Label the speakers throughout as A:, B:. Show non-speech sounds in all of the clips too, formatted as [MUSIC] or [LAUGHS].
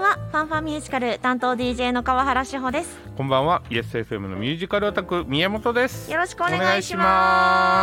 A: はファンファミュージカル担当 DJ の川原志保です
B: こんばんは、イエス FM のミュージカルアタック宮本です。
A: よろしくお願いし
B: お願いし
A: ま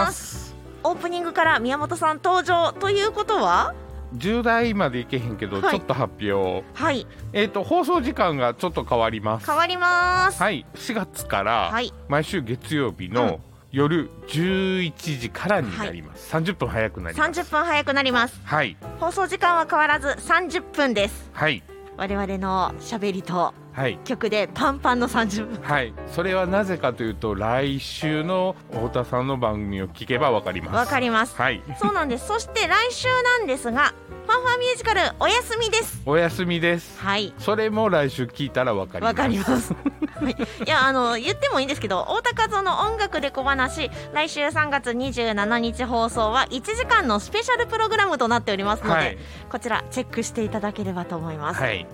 B: ますす。
A: オープニングから宮本さん登場ということは
B: 10代までいけへんけど、
A: はい
B: ちょっと発表。
A: はい
B: えっ、と放送時間がちょっと変わります。
A: 変わります
B: はい、4月から
A: はい
B: 毎週月曜日の夜11時からになります。30分早くなります。
A: 30分早くなります
B: はい
A: 放送時間は変わらず30分です
B: はい
A: 我々の喋りと
B: はい。
A: 曲でパンパンの30分
B: はい、それはなぜかというと来週の太田さんの番組を聞けばわかります。
A: わかります
B: はい、
A: そうなんですそして来週なんですがファンファミュージカルお休みです
B: お休みです。
A: はい
B: それも来週聞いたらわかります。
A: わかります。はい、いやあの言ってもいいんですけど、太田和夫の音楽で小話、来週3月27日放送は1時間のスペシャルプログラムとなっておりますので、
B: はい
A: こちらチェックしていただければと思います。
B: はい。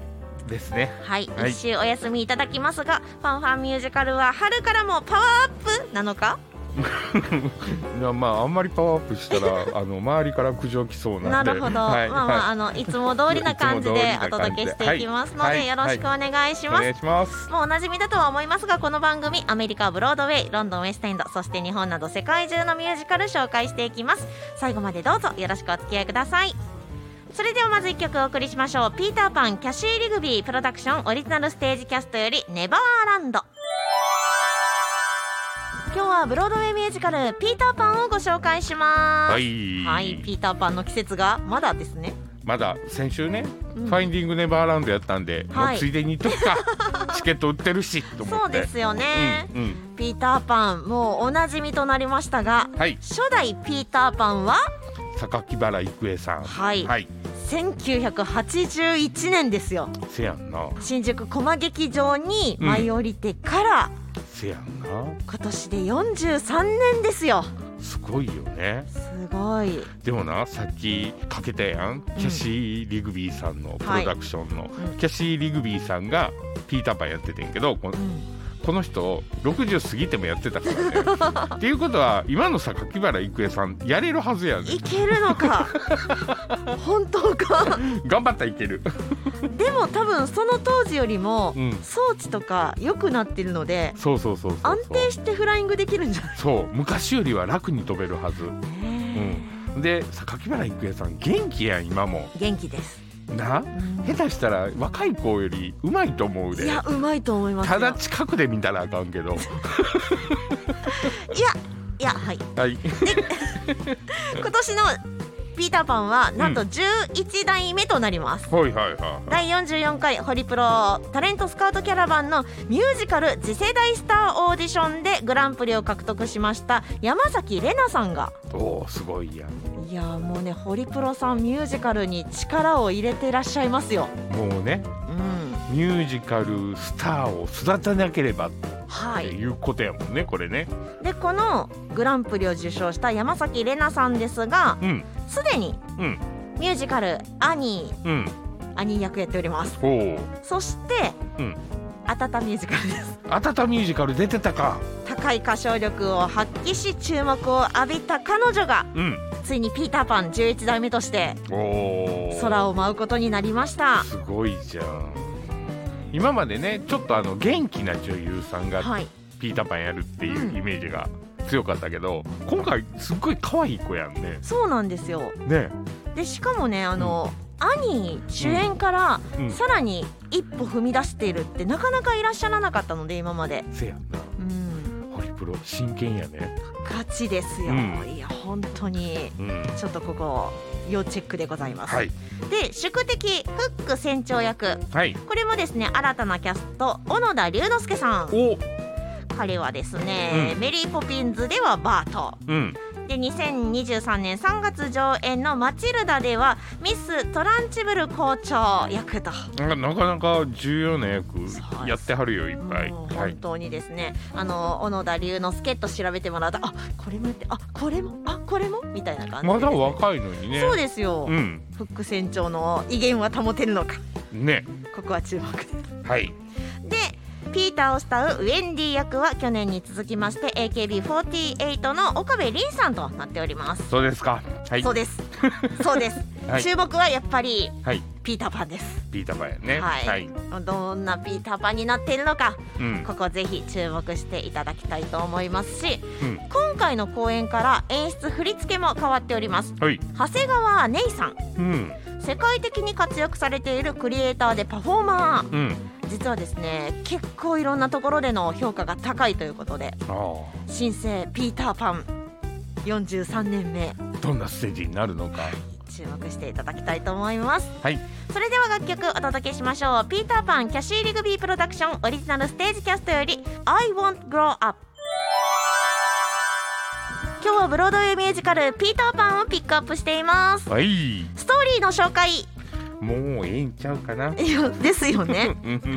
B: ですね。
A: はい、
B: はい
A: 一週お休みいただきますが、ファンファンミュージカルは春からもパワーアップなのか
B: いやまああんまりパワーアップした
A: [LAUGHS]
B: らあの周りから苦情来そうな
A: なん
B: で。
A: るほど、
B: はい。
A: まあまあ、
B: はい
A: あのいつも通りな感じ
B: いつも通り
A: で
B: な
A: お
B: 感じで
A: 届けしていきますので、
B: はいはい
A: よろしくお願いし
B: お
A: ます
B: 願。いします。
A: もうおなじみだとは思いますがこの番組アメリカブロードウェイロンドンウェストエンドそして日本など世界中のミュージカル紹介していきます最後までどうぞよろしくお付き合いくださいそれではまず1曲お送りしましょうピーターパンキャシー・リグビープロダクションオリジナルステージキャストより「ネバーランド」今日はブロードウェイミュージカル「ピーターパン」をご紹介します
B: はい。
A: はいピーターパンの季節がまだですね
B: まだ先週ね、
A: うん
B: ファインディングネバーランドやったんで、
A: はい
B: もうついでに言っとくか。チ [LAUGHS] ケット売ってるしと思って。
A: そうですよね、
B: うんうん。
A: ピーターパンもうおなじみとなりましたが
B: はい。
A: 初代ピーターパンは
B: 榊原郁恵さん。
A: はい
B: はい。
A: 1981年ですよ
B: せやんな。
A: 新宿駒劇場に舞い降りてから、
B: せやんな。
A: 今年で43年ですよ
B: すごいよね。
A: すごい
B: でもなさっきかけたやん、キャシー・リグビーさんのプロダクションの、
A: うん
B: キャシー・リグビーさんがピーターパンやっててんけどこの
A: うん
B: この人60過ぎてもやってたから
A: [LAUGHS]
B: ね。っていうことは今の榊原郁恵さんやれるはずやね
A: いけるの [LAUGHS] か本当か
B: 頑張ったらいける。
A: でも多分その当時よりも
B: うん
A: 装置とか良くなってるので
B: そうそうそうそうそう
A: 安定してフライングできるんじゃない
B: そう昔よりは楽に飛べるはず。
A: ね
B: で榊原郁恵さん元気やん今も。
A: 元気です、
B: な
A: うん
B: 下手したら若い子よりうまいと思うで
A: い。やうまいと思いますよ
B: ただ近くで見たらあかん
A: [LAUGHS]
B: けど。
A: いやいやはい
B: はい。
A: 今年のピーターパンはなんと11代目となります、
B: はいはいはい。
A: 第44回ホリプロタレントスカウトキャラバンのミュージカル次世代スターオーディションでグランプリを獲得しました山崎怜奈さんが
B: おおすごいやん
A: いやーもうねホリプロさんミュージカルに力を入れてらっしゃいますよ。
B: もうね
A: うん、
B: ミュージカルスターを育てなければっ
A: は
B: て
A: い
B: いうことやもんねこれね
A: でこのグランプリを受賞した山崎怜奈さんですが
B: うん
A: すでに
B: うん
A: ミュージカル「アニー
B: うん」
A: アニー役やっております
B: おお
A: そして
B: うん
A: 「あたたミュージカル」です。
B: あたたミュージカル出てたか
A: 高い歌唱力を発揮し注目を浴びた彼女が
B: うん
A: ついにピーターパン11代目として
B: おお
A: 空を舞うことになりました
B: すごいじゃん今までねちょっとあの元気な女優さんが
A: はい
B: ピーターパンやるってい
A: うん
B: うイメージが強かったけど今回すっごい可愛い子やんね
A: そうなんですよ
B: ね
A: でしかもねあの、アニー主演から
B: うん
A: さらに一歩踏み出しているってなかなかいらっしゃらなかったので今まで
B: せやんな
A: うん
B: ホリプロ真剣やね
A: ガチですよ、
B: うん
A: いや本当に
B: うん
A: ちょっとここ要チェックでございます、
B: はい
A: で宿敵フック船長役
B: はい
A: これもですね新たなキャスト小野田龍之介さん
B: お
A: 彼はですね、
B: う
A: メリーポピンズではバート
B: うん
A: で2023年3月上演の「マチルダ」ではミス・トランチブル校長役と。
B: なんかなかなか重要な役
A: そう
B: やってはるよいっぱい。
A: もう
B: は
A: 本
B: い。
A: 当にですね、あの小野田龍之介と調べてもらうとあこれもやってあこれもあこれもみたいな感じで
B: まだ
A: ですね
B: 若いのにね。
A: そうですよ、
B: うん。
A: フック船長の威厳は保てるのか
B: ね。
A: ここは注目です
B: はい。
A: でピーターを慕うウェンディ役は去年に続きまして AKB48 の岡部凛さんとなっております
B: そうですか。はい [LAUGHS]
A: そう。ですそうです、
B: はい
A: 注目はやっぱり
B: はい。
A: ピーターパンです。
B: ピーターパンやね
A: はい、
B: はい、
A: どんなピーターパンになっているのか
B: うん
A: ここぜひ注目していただきたいと思いますし
B: うん
A: 今回の公演から演出振り付けも変わっております
B: はい
A: 長谷川ネイさん
B: うん
A: 世界的に活躍されているクリエイターでパフォーマー
B: うん
A: 実はですね結構いろんなところでの評価が高いということで
B: ああ
A: 新生ピーターパン43年目
B: どんなステージになるのか
A: 注目していただきたいと思います
B: はい
A: それでは楽曲お届けしましょうピーターパンキャシーリグビープロダクションオリジナルステージキャストより I want grow up 今日はブロードウェイミュージカルピーターパンをピックアップしています
B: はい
A: ストーリーの紹介 [LAUGHS]
B: もうええんちゃうかない
A: やですよ
B: [LAUGHS]
A: ね
B: うんうん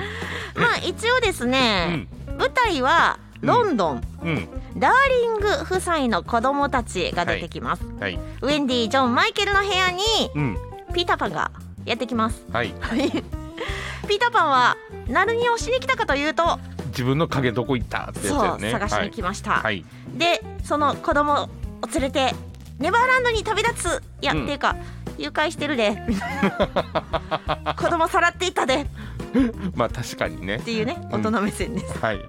A: まあ一応です
B: う
A: ね
B: ん、
A: 舞台はロンドン、
B: うん
A: ダーリング夫妻の子供たちが出てきます、
B: はい
A: ウェンディジョンマイケルの部屋に
B: うん
A: ピーターパンがやってきます
B: [LAUGHS] はい
A: はいピーターパンはナルニをしに来たかというと
B: 自分の影どこ行ったってやつ
A: そ
B: や
A: う
B: ね
A: 探しに来ました、
B: はい
A: でその子供を連れてネバーランドに旅立ついや、
B: うん
A: っていうか誘拐してる
B: [LAUGHS]
A: でみたいな子供さらっていったでっ
B: はいまあ確かにね
A: ていうね
B: う
A: 大
B: ん
A: 人目線です、
B: はい
A: で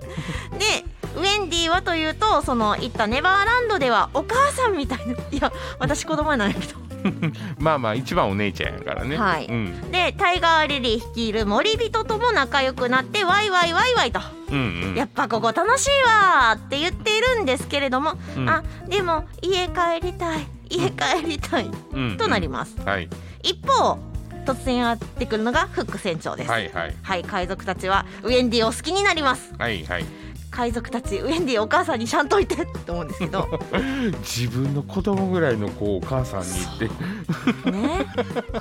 A: ウェンディはというとその行ったネバーランドではお母さんみたいないや私子供やないけど
B: まあまあ一番お姉ちゃんやからね
A: はい
B: うん
A: でタイガー・リリー率いる森人とも仲良くなってワイワイワイワイと
B: うんうん
A: やっぱここ楽しいわーって言っているんですけれども、
B: うん
A: あでも家帰りたい家帰りたい
B: うんうん
A: となります、
B: はい
A: 一方突然やってくるのがフック船長ですは、
B: はいいはい
A: 海賊たちはウェンディを好きになります
B: はいはい
A: 海賊たちウェンディお母さんにちゃんといてって思うんですけ
B: [LAUGHS]
A: ど
B: 自分の子供ぐらいの子をお母さんに言って
A: ね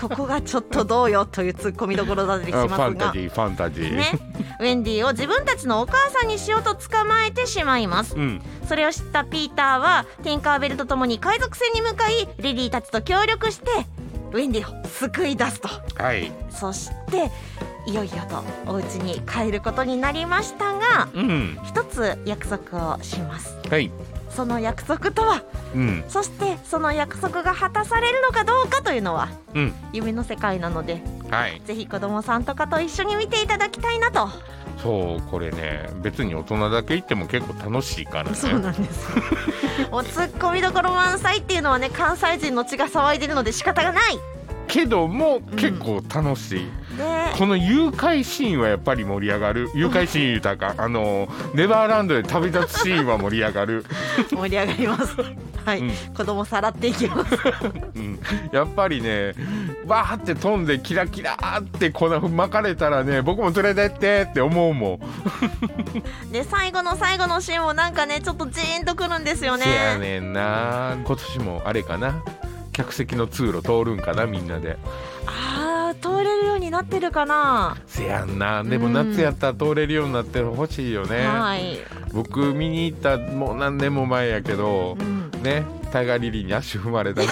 A: ここがちょっとどうよというツッコミどころだったりし
B: あ
A: ま
B: ファ
A: す
B: ンタ
A: が
B: ジーファンタジー
A: ね、ウェンディを自分たちのお母さんにしようと捕まえてしまいます
B: うん
A: それを知ったピーターはティンカーベルと共に海賊船に向かいリリーたちと協力してウェンディを救い出すと
B: はい
A: そしていよいよとお家に帰ることになりましたが
B: うん
A: 一つ約束をします
B: はい
A: その約束とは
B: うん
A: そしてその約束が果たされるのかどうかというのは
B: うん
A: 夢の世界なので
B: はい
A: ぜひ子供さんとかと一緒に見ていただきたいなと
B: そうこれね別に大人だけ行っても結構楽しいからね
A: そうなんですもうツッコミどころ満載っていうのはね関西人の血が騒いでるので仕方がない
B: けども結構楽しい、
A: で
B: この誘拐シーンはやっぱり盛り上がる誘拐シーン豊かあのネバーランドで旅立つシーンは盛り上がる、
A: 盛り上がりますはい、
B: うん
A: 子供さらっていきます
B: うん、 [LAUGHS] やっぱりねバーって飛んでキラキラーって粉まかれたらね僕も連れてってって思うもん
A: で最後の最後のシーンもなんかねちょっとジーンとくるんですよね
B: せやねんな今年もあれかな客席の通路通るんかなみんなで
A: あー通れるようになってるかな、
B: せやんなでも夏やったら通れるようになってほしいよね、
A: はい、
B: 僕見に行ったもう何年も前やけど
A: う、ん、
B: ねタイガーリリーに足踏
A: [LAUGHS]
B: まれた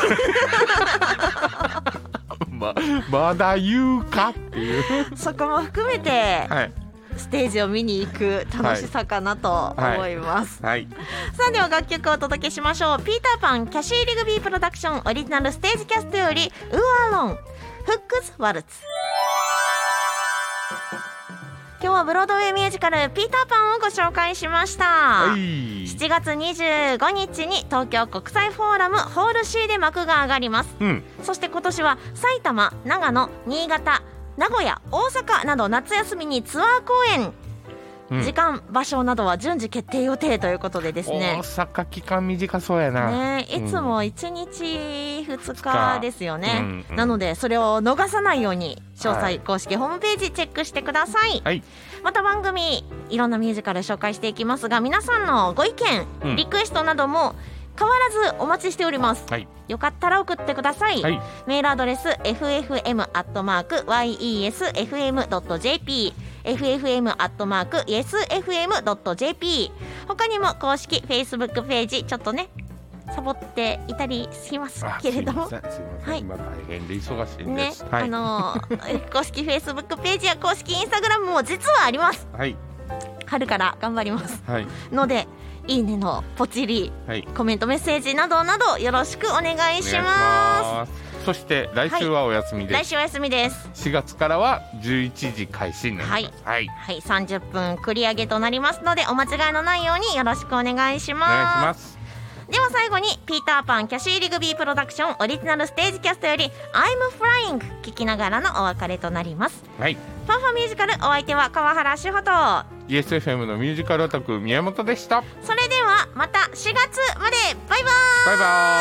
B: ままだ言うかっていう
A: そこも含めて
B: はい
A: ステージを見に行く楽しさかなと思います、
B: はい
A: さあでは楽曲をお届けしましょう「ピーターパンキャシー・リグビー・プロダクション」オリジナルステージキャストより「ウーアロン」「フックス・ワルツ」今日はブロードウェイミュージカル「ピーターパン」をご紹介しました、
B: はい
A: 7月25日に東京国際フォーラムホール C で幕が上がります
B: うん
A: そして今年は埼玉長野新潟名古屋大阪など夏休みにツアー公演、
B: うん
A: 時間場所などは順次決定予定ということでです
B: 大
A: ね
B: 阪期間短そうやな、
A: ねいつも1日2日ですよね、
B: うんうん
A: なのでそれを逃さないように詳
B: は
A: 細
B: い
A: 公式ホームページチェックしてください、
B: はい
A: また番組いろんなミュージカル紹介していきますが皆さんのご意見、
B: うん
A: リクエストなども変わらずお待ちしております
B: はい
A: よかったら送ってください、
B: はい
A: メールアドレス ffm.yesfm.jp ffm.yesfm.jp 他にも公式 Facebook ページちょっとねサボっていたりします
B: あ
A: けれども
B: すいませんすいません、
A: はい
B: 今大変で忙しいんで
A: ね、
B: す、はい、
A: あのー [LAUGHS] 公式 Facebook ページや公式 Instagram も実はあります
B: はい
A: 春から頑張ります
B: はい
A: のでいいねのポチリ
B: はい
A: コメントメッセージなどなどよろしくお願いします
B: すそして来週はお休みです、
A: 来週お休みです
B: 4月からは11時開始になりますはい、
A: はい30分繰り上げとなりますのでお間違いのないようによろしくお願いし
B: お願いし
A: ま
B: ますす
A: では最後にピーターパンキャシーリグビープロダクションオリジナルステージキャストより「I'm Flying」聞きながらのお別れとなります
B: はい
A: ファンファミュージカルお相手は川原志穂と
B: ESFM のミュージカルオタク宮本でした
A: それではまた4月までバイバーイ
B: バイバ